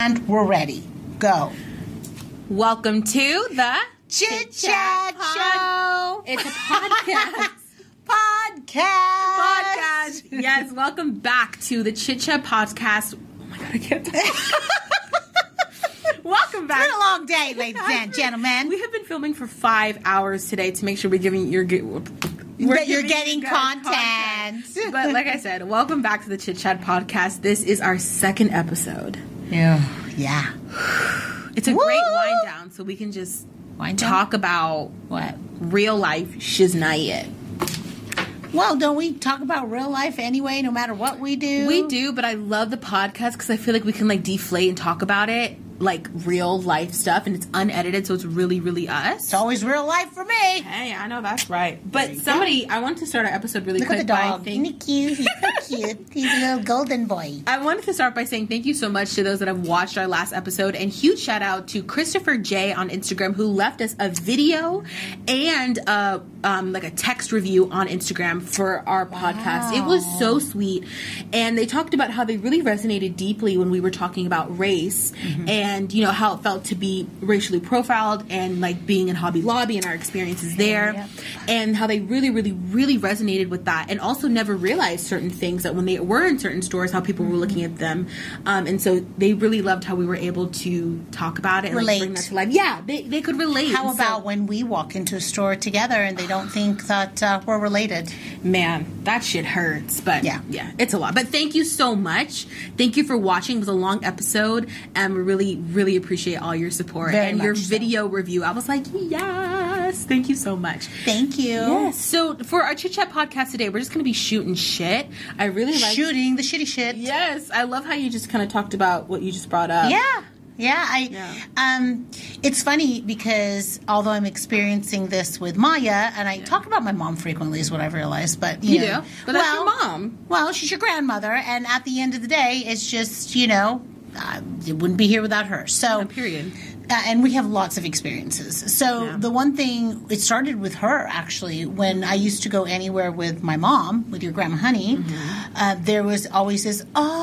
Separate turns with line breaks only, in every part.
And we're ready. Go.
Welcome to the
Chit Chat Show
It's a podcast.
podcast.
podcast. Yes, welcome back to the Chit Chat podcast. Oh my god, I can't. talk. welcome
It's
back.
been a long day, ladies and gentlemen.
We have been filming for five hours today to make sure we're giving your
That you're getting content.
but like I said, welcome back to the Chit Chat podcast. This is our second episode.
Yeah. Yeah.
It's a
Woo!
great wind down, so we can just
Wind down?
talk about
What?
real life shiznayet.
Well, don't we talk about real life anyway, no matter what we do?
We do, but I love the podcast because I feel like we can like deflate and talk about it like real life stuff, and it's unedited, so it's really, really us.
It's always real life for me.
hey, I know that's right. But somebody, I want to start our episode really
Look
quick
at the
by
dog.
thank-
Isn't he cute? He's so cute. He's a little golden boy.
I wanted to start by saying thank you so much to those that have watched our last episode, and huge shout out to Christopher J on Instagram who left us a video and a, um, like a text review on Instagram for our podcast. It was so sweet, and they talked about how they really resonated deeply when we were talking about race and you know how it felt to be racially profiled and like being in Hobby Lobby and our experiences there
Yep.
and how they really, really, really resonated with that, and also never realized certain things that when they were in certain stores, how people were looking
Mm-hmm.
at them, um, and so they really loved how we were able to talk about it, and like, bring
Relate.
that to life. Yeah, they, they could relate.
How
And so-
about when we walk into a store together and they don't think that uh, we're related?
man, that shit hurts. But
Yeah.
yeah, yeah, it's a lot. But thank you so much. Thank you for watching. It was a long episode, and we really, really appreciate all your support
Very
and your
much so.
video review. I was like, yes, thank you so much.
Thank you.
Yes. So for our chit chat podcast today, we're just gonna be shooting shit. I really like.
Shooting the shitty shit.
Yes, I love how you just kind of talked about what you just brought up.
Yeah. Yeah, I
Yeah.
um it's funny because although I'm experiencing this with Maya and I talk about my mom frequently is what I've realized, but you,
You
know,
do, but that's your mom.
Well, she's your grandmother and at the end of the day it's just, you know, uh, it wouldn't be here without her. So
Period.
uh, and we have lots of experiences. So the one thing it started with her actually when I used to go anywhere with my mom with your grandma Honey,
Mm-hmm.
uh, there was always this oh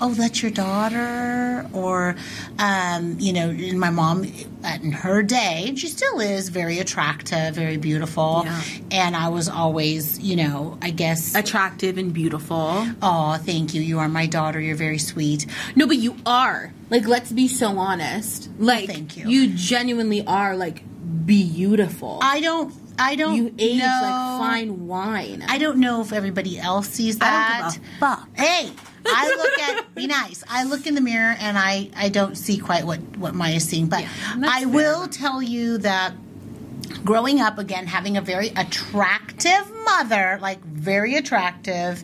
oh that's your daughter or um, you know and my mom uh, in her day and she still is very attractive very beautiful
Yeah.
and I was always you know I guess
Attractive and beautiful.
oh thank you you are my daughter you're very sweet
No, but you are. Like, let's be so honest. Like,
Thank you.
You genuinely are like beautiful.
I don't I don't
you age
know-
like fine wine.
I don't know if everybody else sees
I
that.
don't give a fuck.
Hey, I look at be nice. I look in the mirror and I I don't see quite what what Maya's seeing, but
Yeah, that's
I
fair.
will tell you that growing up again having a very attractive mother like very attractive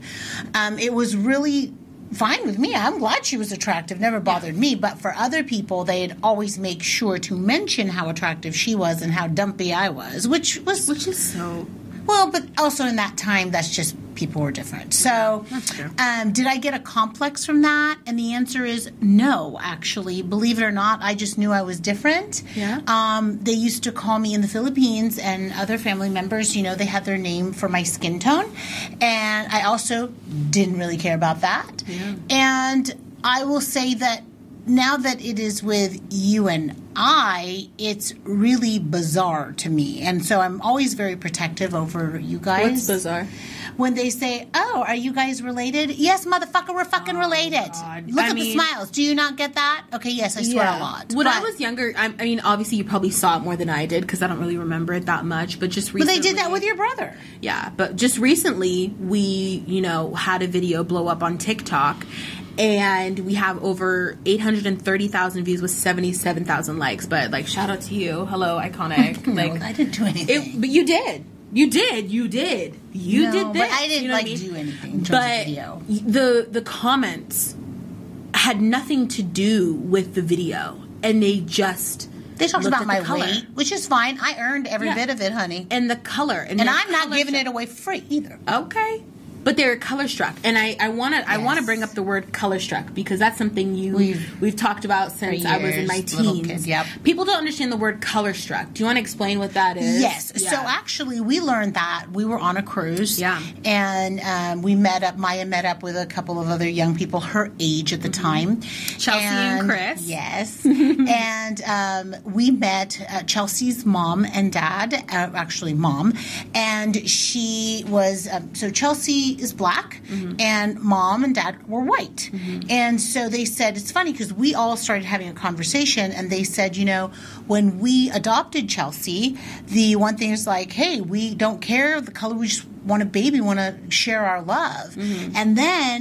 um, it was really fine with me i'm glad she was attractive never bothered me but for other people they'd always make sure to mention how attractive she was and how dumpy i was which was
Which is so.
well, but also in that time, that's just people were different. So,
that's true.
um, did I get a complex from that? And the answer is no, actually. Believe it or not, I just knew I was different.
Yeah.
Um, they used to call me in the Philippines and other family members, you know, they had their name for my skin tone. And I also didn't really care about that. And I will say that now that it is with you and I, it's really bizarre to me. And so I'm always very protective over you guys.
What's bizarre?
When they say, Oh, are you guys related? Yes, motherfucker, we're fucking related.
Oh, God.
Look
I
at
mean-
the smiles. Do you not get that? Okay, yes, I swear a lot.
When I
But-
was younger, I, I mean, obviously you probably saw it more than I did because I don't really remember it that much. But just
But
recently,
they did that with your brother.
Yeah, but just recently we, you know, had a video blow up on TikTok and we have over 830,000 views with 77,000 likes. But like shout out to you. Hello iconic. like
I didn't do anything.
it but you did. You did. You did. You
No,
did
but
this.
I didn't,
you know what
like, do anything in terms of
but
video.
the the comments had nothing to do with the video and they just
they talked
looked
about
at
my
the color.
weight, which is fine. I earned every
Yeah.
bit of it, honey. And,
and the color and, the
I'm not
color
giving
show-
it away free either.
Okay. but they were color struck, and I I want to I want to bring up the word color struck because that's something you
We've-
we've, talked about since I was in my
years, little
teens.
kids, yep.
People don't understand the word color struck. Do you want to explain what that is?
Yes. So
Yeah.
actually, we learned that we were on a cruise.
Yeah.
And um, we met up. Maya met up with a couple of other young people her age at the
Mm-hmm.
time.
Chelsea and Chris.
Yes. and um, we met uh, Chelsea's mom and dad. Uh, actually, mom, and she was. Um, so Chelsea is black,
Mm-hmm.
and mom and dad were white. And so they said it's funny because we all started having a conversation, and they said, you know, when we adopted Chelsea, the one thing is like, hey, we don't care the color. We just want a baby. Want to share our love.
Mm-hmm.
And then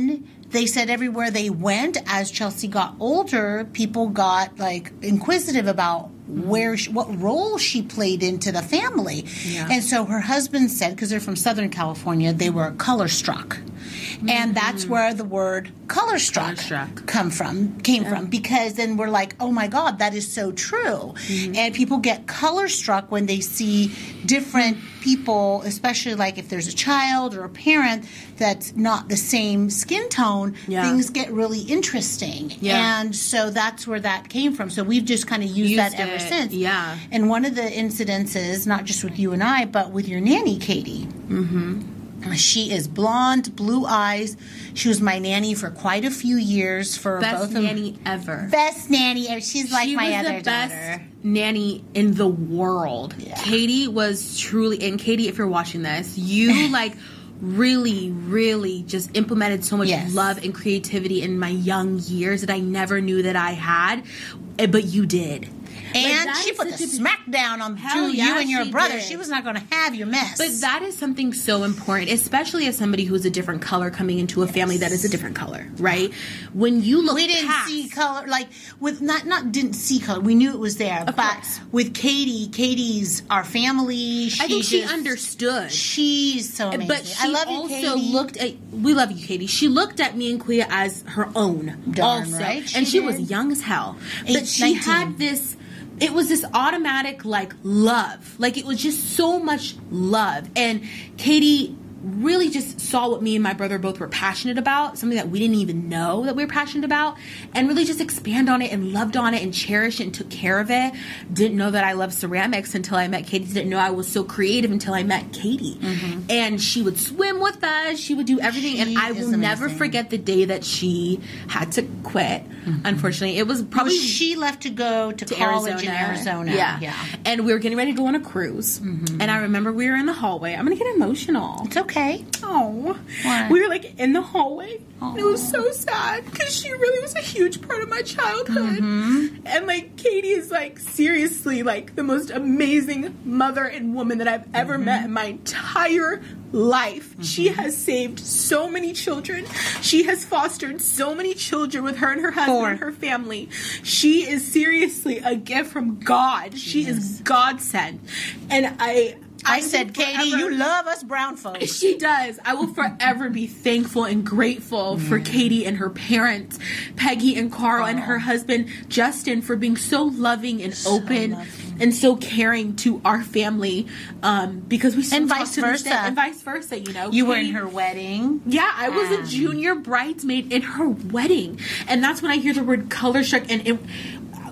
they said everywhere they went, as Chelsea got older, people got like inquisitive about where she, what role she played into the family.
Yeah.
And so her husband said, because they're from Southern California, they were color struck. And that's where the word Mm. color struck,
Colorstruck.
come from came from because then we're like, oh my God, that is so true.
Mm-hmm.
And people get color struck when they see different people, especially like if there's a child or a parent that's not the same skin tone,
Yeah.
things get really interesting.
Yeah.
And so that's where that came from. So we've just kind of used, that
Used
ever
it,
since.
yeah.
And one of the incidences, not just with you and I, but with your nanny, Katie. She is blonde, blue eyes. She was my nanny for quite a few years for
best
both of
nanny ever.
Best nanny. ever. She's like
she
my
was
other
the best
daughter.
nanny in the world. Katie was truly, and Katie, if you're watching this, you like really, really just implemented so much
Yes.
love and creativity in my young years that I never knew that I had, eh, but you did. Like,
And
that
she
is
put the
such a-
smack down on
Hell
you,
yeah,
you and your
she
brother.
did.
She was not going to have your mess.
But that is something so important, especially as somebody who's a different color coming into a family that is a different color, right? When you look
we didn't
past-
see color like with not not didn't see color we knew it was there but
course.
with katie katie's our family she
I think she
just-
understood.
she's so amazing
But she
i love
also
you, Katie.
looked at. We love you, Katie. She looked at me and Clea as her own,
Darn
also,
right she
and she
did.
was young as hell.
Eight-
But she
19.
had this. It was this automatic like love, like it was just so much love, and Katie really just saw what me and my brother both were passionate about something that we didn't even know that we were passionate about and really just expand on it and loved on it and cherished it and took care of it didn't know that i loved ceramics until i met katie didn't know i was so creative until i met katie and she would swim with us she would do everything
Mm-hmm. She
and i
is
will never
amazing.
forget the day that she had to quit
Mm-hmm.
unfortunately it was probably
she left to go to,
to
college in Arizona. Mm-hmm.
Yeah. And we were getting ready to go on a cruise. And I remember we were in the hallway. I'm going to get emotional.
It's okay.
Oh,
What?
we were like in the hallway. And it was so sad because she really was a huge part of my childhood.
Mm-hmm.
And like Katie is like seriously like the most amazing mother and woman that I've ever
Mm-hmm.
met in my entire life. She has saved so many children. She has fostered so many children with her and her husband and
Four.
her family. She is seriously a gift from God. She, is. God sent. And I
I
will
said, Katie,
forever-
you love us brown folks.
she does. I will forever be thankful and grateful
Mm.
for Katie and her parents, Peggy and Carl and her husband Justin for being so loving and open
loving.
and so caring to our family. Um, because we still
And
talk
vice
to this day-
versa.
and vice versa. You know,
You were in
Katie-
her wedding.
yeah, I was
Um,
a junior bridesmaid in her wedding, and that's when I hear the word color struck. And it,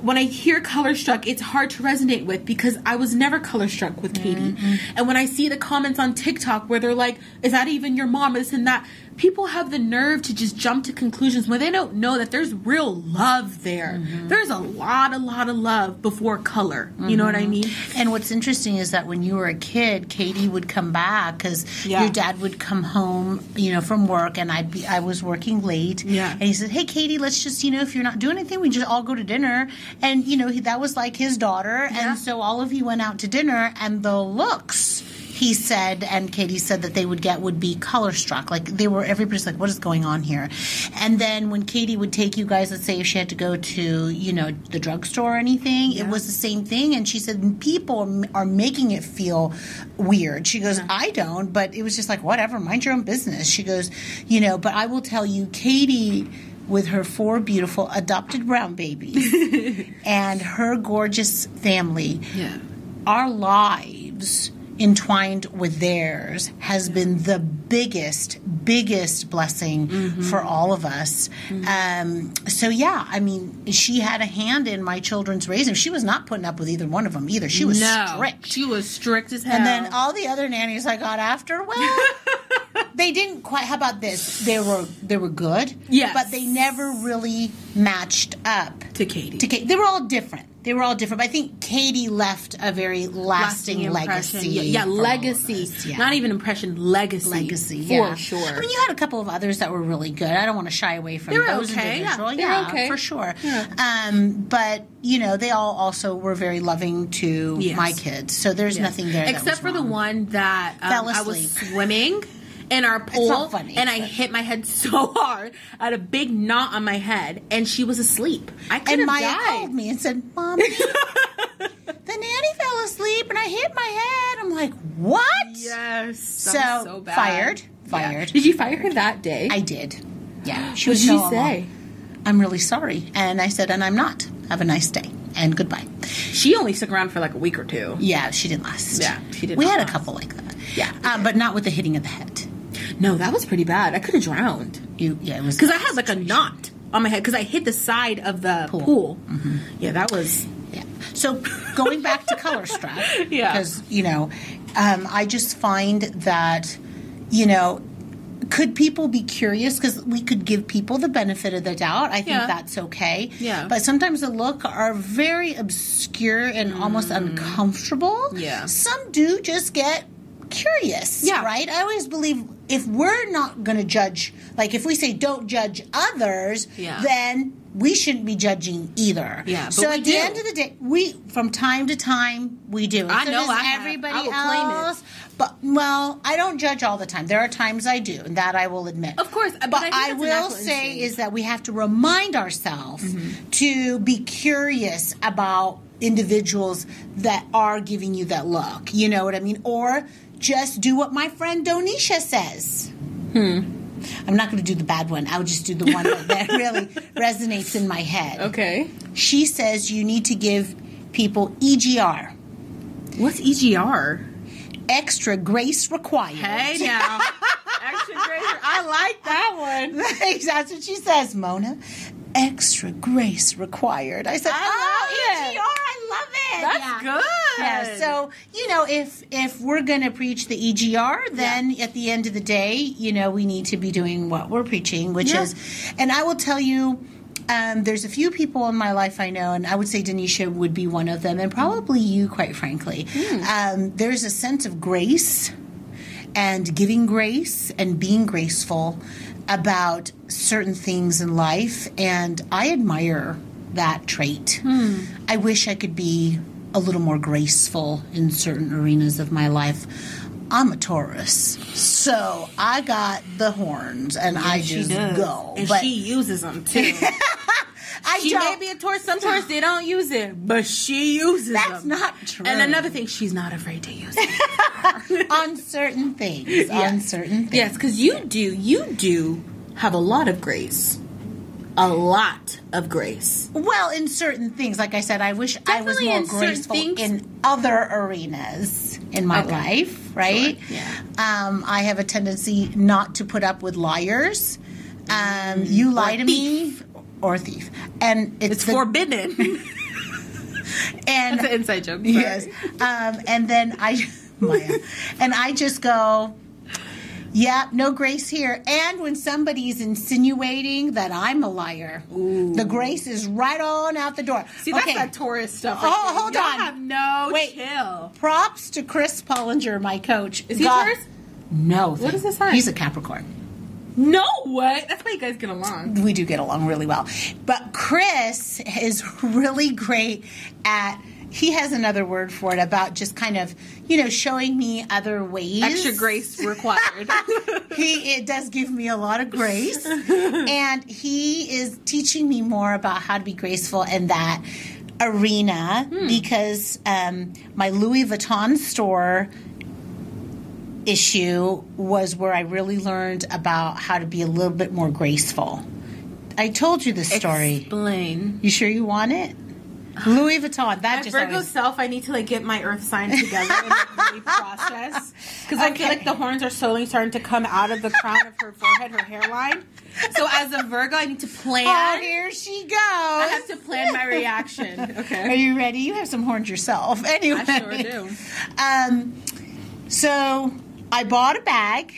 when I hear color struck, it's hard to resonate with because I was never color struck with Katie. And when I see the comments on TikTok where they're like, "Is that even your mom?" This and that. People have the nerve to just jump to conclusions when they don't know that there's real love there. There's a lot, a lot of love before color. You know what I mean?
And what's interesting is that when you were a kid, Katie would come back because
Yeah.
your dad would come home, you know, from work, and I'd be I was working late.
Yeah.
And he said, "Hey, Katie, let's just you know, if you're not doing anything, we just all go to dinner." And you know, he, that was like his daughter,
Yeah.
and so all of you went out to dinner, and the looks. He said, and Katie said that they would get would be color struck. Like they were, everybody's like, "What is going on here?" And then when Katie would take you guys, let's say if she had to go to, you know, the drugstore or anything, it was the same thing. And she said, "People m- are making it feel weird." She goes, "I don't," but it was just like, "Whatever, mind your own business." She goes, "You know," but I will tell you, Katie, with her four beautiful adopted brown babies and her gorgeous family,
Yeah.
our lives entwined with theirs has been the biggest, biggest blessing
Mm-hmm.
for all of us. Um, so, yeah, I mean, she had a hand in my children's raising. She was not putting up with either one of them either. She was
no,
strict.
She was strict as hell.
and then all the other nannies I got after, well, they didn't quite. How about this? They were they were good,
Yes.
but they never really matched up
to Katie.
to Katie. They were all different. They were all different. But I think Katie left a very lasting,
impression.
legacy.
Yeah, yeah,
for all of
legacy.
us. Yeah.
Not even impression, legacy.
legacy.
for
yeah.
sure.
I mean, you had a couple of others that were really good. I don't want to shy away from
They were
those
okay, yeah.
individual.
They
Yeah,
were okay.
for sure. Um, but you know, they all also were very loving to
Yes.
my kids. So there's nothing there, that
except
was
for the
wrong.
one that um,
Fell
I was
asleep.
swimming in our pool,
not funny,
and I
but-
hit my head so hard, I had a big knot on my head, and she was asleep. I
And
could have
Maya
died.
called me and said, "Mom, the nanny fell asleep and I hit my head." I'm like, "What?"
Yes, that
So,
was so bad.
fired,
Yeah.
fired.
Did you fire her that day?
I did. Yeah. She
what
was
did she
so
say?
alone. I'm really sorry. And I said, and I'm not. Have a nice day. And goodbye.
She only stuck around for like a week or two.
Yeah, she didn't last.
Yeah, she did
We
not
had
last.
a couple like that.
Yeah.
Uh, but not with the hitting of the head.
No, that was pretty bad. I could have drowned.
You, yeah, it was.
because I had like a knot on my head because I hit the side of the pool.
Mm-hmm.
Yeah, that was.
Yeah. So going back to color strap,
Yeah.
because you know, um, I just find that you know, could people be curious? Because we could give people the benefit of the doubt. I think
Yeah.
that's okay.
Yeah.
But sometimes the look are very obscure and almost uncomfortable.
Mm. Yeah.
Some do just get curious.
Yeah.
Right. I always believe. If we're not going to judge, like if we say don't judge others,
Yeah.
then we shouldn't be judging either.
Yeah, but
so
we
at
do.
the end of the day, we from time to time we do. And
I
so
know
does
I have.
everybody
I will claim it.
else. But well, I don't judge all the time. There are times I do, and that I will admit.
Of course, uh, but
but,
I think
I,
that's a
will
natural
say
instinct.
is that we have to remind ourselves
Mm-hmm.
to be curious about individuals that are giving you that look. You know what I mean? Or just do what my friend Donisha says.
Hmm.
I'm not going to do the bad one. I'll just do the one that, that really resonates in my head.
Okay.
She says you need to give people E EGR,
What's E EGR?
extra grace required.
Hey now, extra grazer. I like that one.
That's what she says, Mona. Extra grace required. I said,
I love
oh,
it.
EGR, I love it.
That's
Yeah.
good.
Yeah, so you know, if if we're going to preach the EGR, then at the end of the day, you know, we need to be doing what we're preaching, which
Yeah.
is, and I will tell you. Um, there's a few people in my life I know, and I would say Denisha would be one of them, and probably you, quite frankly.
Hmm.
Um, there's a sense of grace and giving grace and being graceful about certain things in life. And I admire that trait.
Hmm.
I wish I could be a little more graceful in certain arenas of my life. I'm a Taurus, so I got the horns and I just go.
and
but
she uses them too.
I
she may
don't-
be a Taurus. Some Taurus they don't use it, but she uses
That's
them.
not true.
And another thing, she's not afraid to use it.
on certain things. On certain things.
yes, because you do. You do have a lot of grace. A lot of grace.
Well, in certain things, like I said, I wish
Definitely
I
in
was more
certain
graceful
things.
in other arenas in my
Okay.
life, right?
Sure,
Um, I have a tendency not to put up with liars. Um, you lie to me, or thief, and it's,
Mm. It's
the-
forbidden.
and
That's an inside joke. sorry.
Yes. Um, and then I, Maya, and I just go, yeah, no grace here. And when somebody's insinuating that I'm a liar, the grace is right on out the door.
See, that's that Taurus stuff.
Oh,
right there.
hold
Y'all
on.
have no
Wait.
chill.
Props to Chris Pollinger, my coach.
Is he
God-
Taurus?
No.
What
thank-
is his sign?
He's a Capricorn.
No way. That's how you guys get along.
we do get along really well. But Chris is really great at he has another word for it about just kind of, you know, showing me other ways.
Extra grace required.
he it does give me a lot of grace. and he is teaching me more about how to be graceful in that arena
Hmm.
because um, my Louis Vuitton store issue was where I really learned about how to be a little bit more graceful. I told you this story.
Explain.
You sure you want it? Louis Vuitton. That
At
just
Virgo
always-
self, I need to like get my Earth sign together and like, really process because I feel
Okay.
like the horns are slowly starting to come out of the crown of her forehead, her hairline. So as a Virgo, I need to plan.
Oh, here she goes.
I have to plan my reaction.
Are
Okay.
you ready? You have some horns yourself. Anyway.
sure do.
Um, so I bought a bag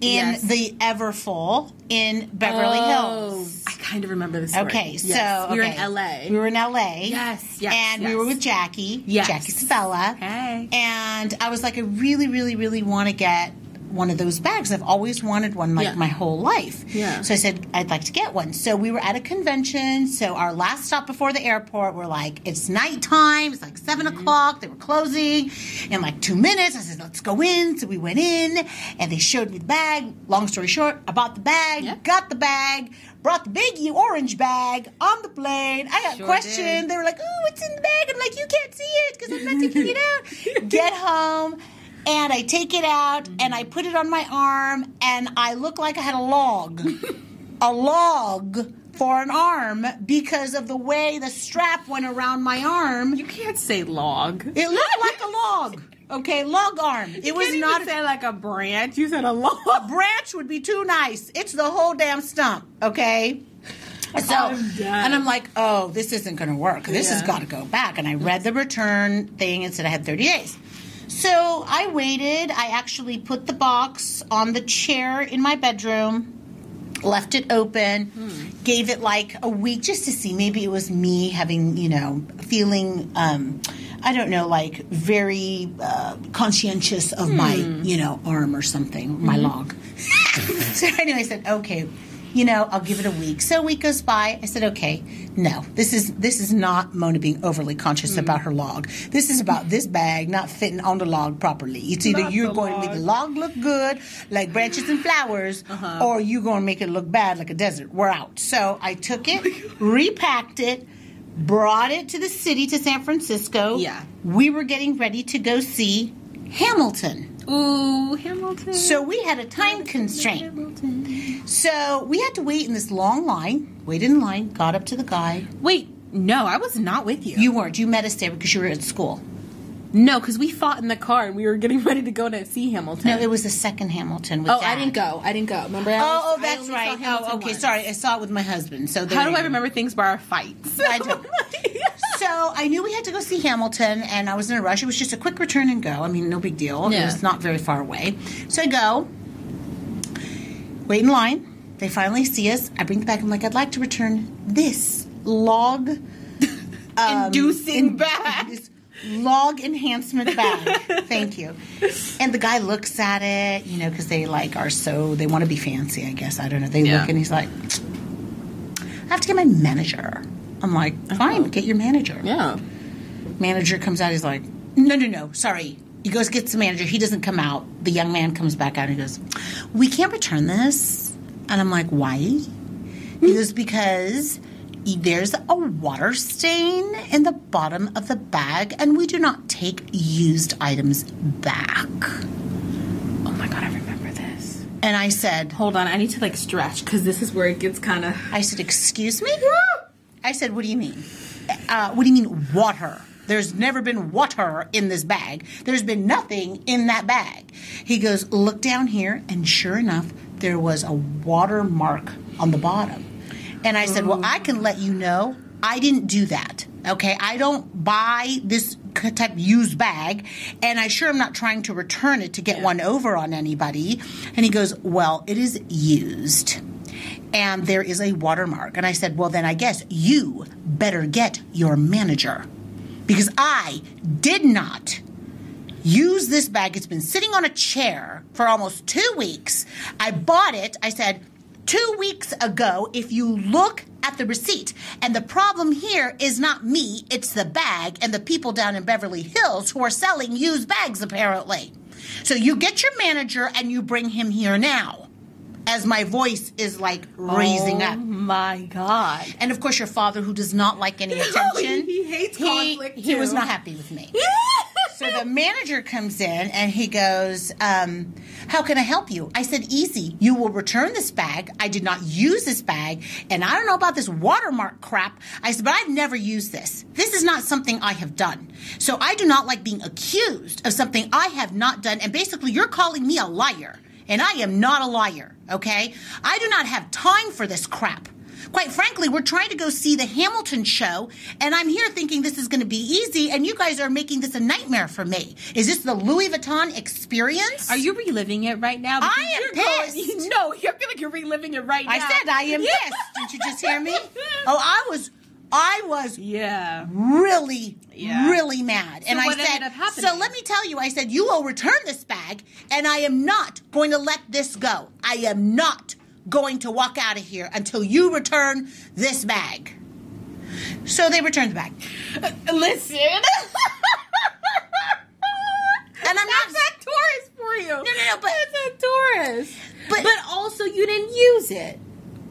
in
Yes.
the Everfull in Beverly Hills.
Oh. I kind of remember this.
Okay, so
we were
okay.
in LA.
We were in LA.
Yes, yes,
And we
yes.
were with Jackie.
Yes.
Jackie Sabella.
Hey.
And I was like, I really, really, really want to get one of those bags. I've always wanted one like
Yeah.
my whole life.
Yeah.
So I said, I'd like to get one. So we were at a convention. So our last stop before the airport, we're like, it's nighttime. It's like 7
Mm-hmm.
o'clock. They were closing in like two minutes. I said, let's go in. So we went in and they showed me the bag. Long story short, I bought the bag,
Yeah.
got the bag, brought the big orange bag on the plane. I got
Sure
questioned.
did.
They were like, oh, it's in the bag. I'm like, you can't see it because I'm not taking it out. Get home. And I take it out
Mm-hmm.
and I put it on my arm and I look like I had a log. a log for an arm because of the way the strap went around my arm.
You can't say log.
It looked like a log. Okay, log arm. It was not a
say like a branch. You said a log.
a branch would be too nice. It's the whole damn stump, okay? So,
I'm done.
and I'm like, oh, this isn't going to work. This has
Yeah.
got to go back. And I read the return thing and said I had 30 days. So I waited. I actually put the box on the chair in my bedroom, left it open, gave it like a week just to see. Maybe it was me having, you know, feeling, um, I don't know, like very uh, conscientious of my,
Hmm.
you know, arm or something, my log. so anyway, I said, okay, you know, I'll give it a week. So a week goes by. I said, okay, no, this is this is not Mona being overly conscious
Hmm.
about her log. This is about this bag not fitting on the log properly. It's either
Not
you're
the
going to make the log look good, like branches and flowers,
Uh-huh.
or you're going to make it look bad, like a desert. We're out. So I took it, repacked it. Brought it to the city to San Francisco.
Yeah.
We were getting ready to go see Hamilton.
Ooh, Hamilton.
So we had a time constraint.
Hamilton.
So we had to wait in this long line. Waited in line, got up to the guy.
Wait, no, I was not with you.
You weren't. You met us there because you were at school.
no, because we fought in the car and we were getting ready to go to see Hamilton.
No, it was the second Hamilton. With
oh,
Dad.
I didn't go. I didn't go. Remember? I
Oh,
only-
oh,
I
that's
only saw
right. Oh,
Hamilton
okay.
once.
Sorry, I saw it with my husband. So there
How do
you
I
go.
remember things by our fights?
I don't. so I knew we had to go see Hamilton, and I was in a rush. It was just a quick return and go. I mean, no big deal. It
Yeah.
was not very far away. So I go, wait in line. They finally see us. I bring it back. I'm like, I'd like to return this log um,
Inducing bag.
this Log enhancement bag. Thank you. And the guy looks at it, you know, because they like are so they want to be fancy. I guess I don't know. They
Yeah.
look and he's like, I have to get my manager. I'm like,
Uh-huh.
fine, get your manager.
yeah.
Manager comes out, he's like, no, no, no, sorry. He goes, gets the manager. He doesn't come out. The young man comes back out and he goes, we can't return this. And I'm like, why? He goes, because e, there's a water stain in the bottom of the bag and we do not take used items back.
Oh my god, I remember this.
And I said,
Hold on, I need to like stretch because this is where it gets kind of.
I said, Excuse me? I said, What do you mean? Uh, what do you mean, water? There's never been water in this bag. There's been nothing in that bag. He goes, Look down here. And sure enough, there was a water mark on the bottom. And I said, Well, I can let you know I didn't do that. Okay, I don't buy this c- type of used bag, and I sure am not trying to return it to get one over on anybody. And he goes, Well, it is used and there is a watermark. And I said, Well, then I guess you better get your manager because I did not use this bag. It's been sitting on a chair for almost two weeks. I bought it, I said, two weeks ago. If you look at the receipt, and the problem here is not me, it's the bag and the people down in Beverly Hills who are selling used bags, apparently. So you get your manager and you bring him here now. As my voice is like raising up.
my god.
And of course, your father, who does not like any attention,
he hates conflict,
He was
too.
not happy with me. so the manager comes in and he goes, um, How can I help you? I said, Easy. You will return this bag. I did not use this bag. And I don't know about this watermark crap. I said, But I've never used this. This is not something I have done. So I do not like being accused of something I have not done. And basically, you're calling me a liar. And I am not a liar, okay? I do not have time for this crap. Quite frankly, we're trying to go see the Hamilton show, and I'm here thinking this is going to be easy, and you guys are making this a nightmare for me. Is this the Louis Vuitton experience?
Are you reliving it right now?
I am
you're going-
pissed.
no, you feel like you're reliving it right
I
now.
said I am pissed. Didn't you just hear me? Oh, I was, I was
Yeah.
really,
Yeah.
really mad. and
what
I said,
ended up happening?
so let me tell you, I said, you will return this bag, and I am not going to let this go. I am not going to walk out of here until you return this bag. So they returned the bag.
Listen.
And I'm
That's
not.
that Taurus for you. No,
no, but-
that's a Taurus.
But-
also, you didn't use it.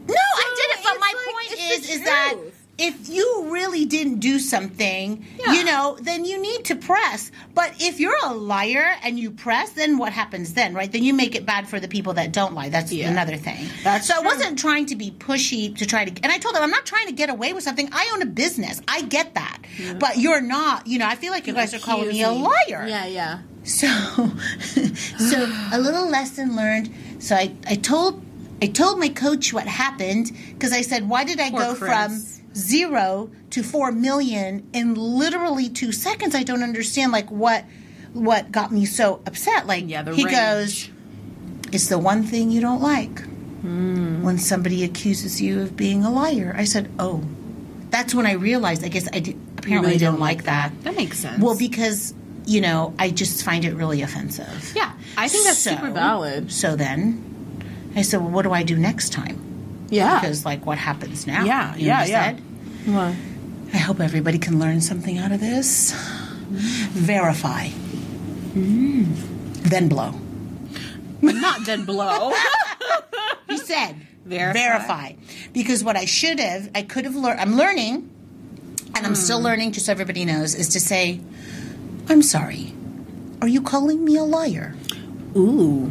No, I did it. But
it's
my
like-
point
it's
is,
the
is that
truth.
if you really didn't do something,
Yeah.
you know, then you need to press. But if you're a liar and you press, then what happens then, right? Then you make it bad for the people that don't lie. That's
Yeah.
another thing.
That's
so
true.
I wasn't trying to be pushy to try to. And I told them I'm not trying to get away with something. I own a business. I get that. But you're not. You know, I feel like you guys are calling me a
Accusing-
liar.
Yeah, yeah.
So, so a little lesson learned. So I, I told I told my coach what happened because I said, why did I
Poor
go
Chris.
from zero to four million in literally two seconds? I don't understand. Like what what got me so upset? Like
Yeah, the
he
range.
goes, it's the one thing you don't like
Hmm.
when somebody accuses you of being a liar. I said, oh, that's when I realized. I guess I did, apparently
really
I
don't
didn't like that.
That makes sense.
Well, because you know, I just find it really offensive.
yeah, I think that's super valid.
So then, I said, "Well, what do I do next time?"
Yeah.
Because like, what happens now?
Ah. Yeah,
You know what
yeah,
I
yeah.
said?
What?
I hope everybody can learn something out of this. Verify, then blow.
Not then blow.
He said,
Verify.
verify. Because what I should have, I could have learned. I'm learning, and I'm
Hmm.
still learning. Just so everybody knows, is to say, "I'm sorry." Are you calling me a liar?
Ooh.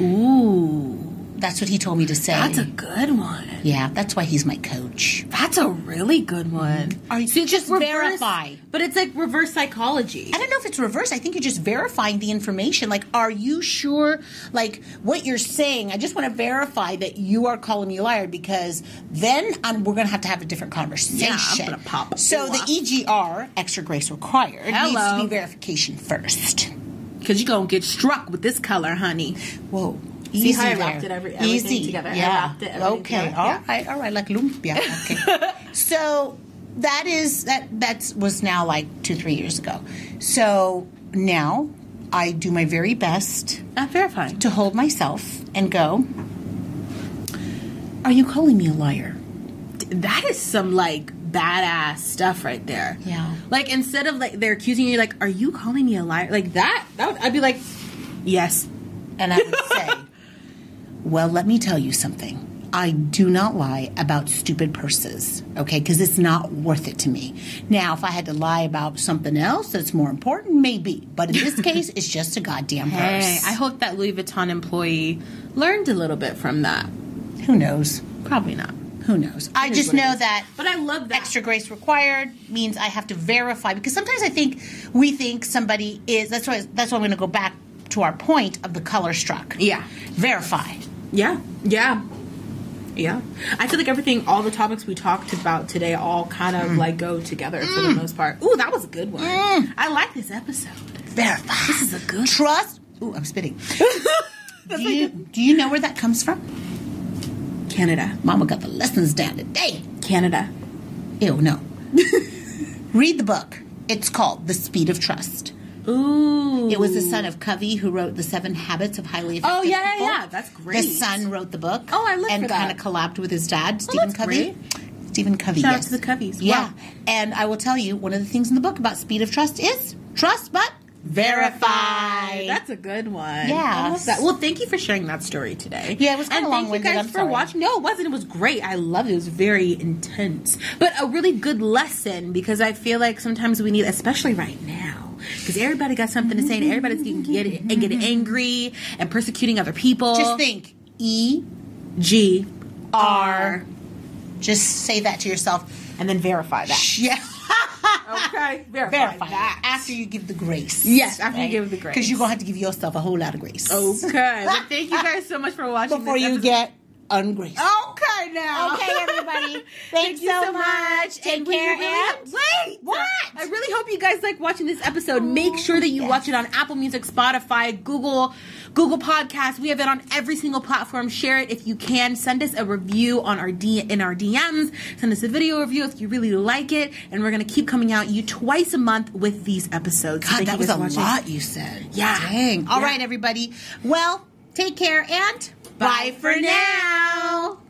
Ooh.
That's what he told me to say.
That's a good one.
yeah, that's why he's my coach.
That's a really good one.
Are you-
it's just reverse-
verify.
But it's like reverse psychology.
I don't know if it's reverse. I think you're just verifying the information. Like, are you sure? Like, what you're saying, I just want to verify that you are calling me a liar because then i we're going to have to have a different conversation.
gonna pop a
So the EGR, extra grace required, needs to
Hello.
be verification first.
Because you're going to get struck with this color, honey.
Whoa.
See
Easy
how I
there.
wrapped it every- everything
Easy.
together? I
Yeah.
wrapped it, everything
okay.
together.
All
Yeah.
right. All right. Like lumpia. Okay. so that is that. That was now like two, three years ago. So now I do my very best
Not verifying.
to hold myself and go. Are you calling me a liar?
That is some like badass stuff right there.
Yeah.
Like instead of like they're accusing you, like, are you calling me a liar? Like that? that would, I'd be like, yes.
And I would say, Well, let me tell you something. I do not lie about stupid purses, okay? Because it's not worth it to me. Now, if I had to lie about something else that's more important, maybe. But in this case, it's just a goddamn purse.
Hey, I hope that Louis Vuitton employee learned a little bit from that.
Who knows?
Probably not.
Who knows? I
is
just
what it
know
is.
that
But I love that.
extra grace required means I have to verify because sometimes I think we think somebody is. That's why. That's why I'm going to go back to our point of the color struck.
Yeah.
Verify.
Yeah. Yeah. Yeah. I feel like everything, all the topics we talked about today all kind of like go together for the most part. Ooh, that was a good one. I like this episode.
Verify.
Mm. This is a good
Trust. Ooh, I'm spitting. do, you, do you know where that comes from?
Canada.
Mama got the lessons down today.
Canada.
Ew, no. Read the book. It's called The Speed of Trust.
Ooh.
It was the son of Covey who wrote The Seven Habits of Highly Effective
Oh, yeah, yeah,
People.
yeah. That's great.
The son wrote the book.
Oh, I looked
And
for that. Oh,
kind of collabed with his dad, Stephen
that's
Covey.
great.
Stephen Covey.
Shout out
yes.
to the Coveys.
Yeah.
Wow.
And I will tell you, one of the things in the book about speed of trust is trust, but verify.
That's a good one.
Yes.
I love that. Well, thank you for sharing that story today.
Yeah, it was kinda
and thank you
long-winded,
guys
I'm
for
sorry.
watching. No, it wasn't. It was great. I loved it. It was very intense, but a really good lesson because I feel like sometimes we need, especially right now. because everybody got something to say and everybody's getting get and getting angry and persecuting other people.
Just think E
G
R. Just say that to yourself.
and then verify that.
Yeah.
Okay, verify,
Verify that. After you give the grace.
Yes, after you give the grace. Oh.
Because you're going to have to give yourself a whole lot of grace.
Okay, but thank you guys so much for watching.
Before
this
you
episode.
get ungraced.
Oh, Okay, now.
Okay, everybody.
Thank
Thanks
you
so
so
much.
much.
Take
And we
care,
really-
and-
wait.
What?
I really hope you guys like watching this episode. Make sure that you
Oh, yes.
watch it on Apple Music, Spotify, Google, Google Podcasts. We have it on every single platform. Share it if you can. Send us a review on our D- in our DMs. Send us a video review if you really like it. And we're gonna keep coming out you twice a month with these episodes.
God,
Thank
that
you
was
guys
a
for watching.
lot you said.
Yeah.
Dang. All
Yeah.
right, everybody. Well, take care and
Bye for now.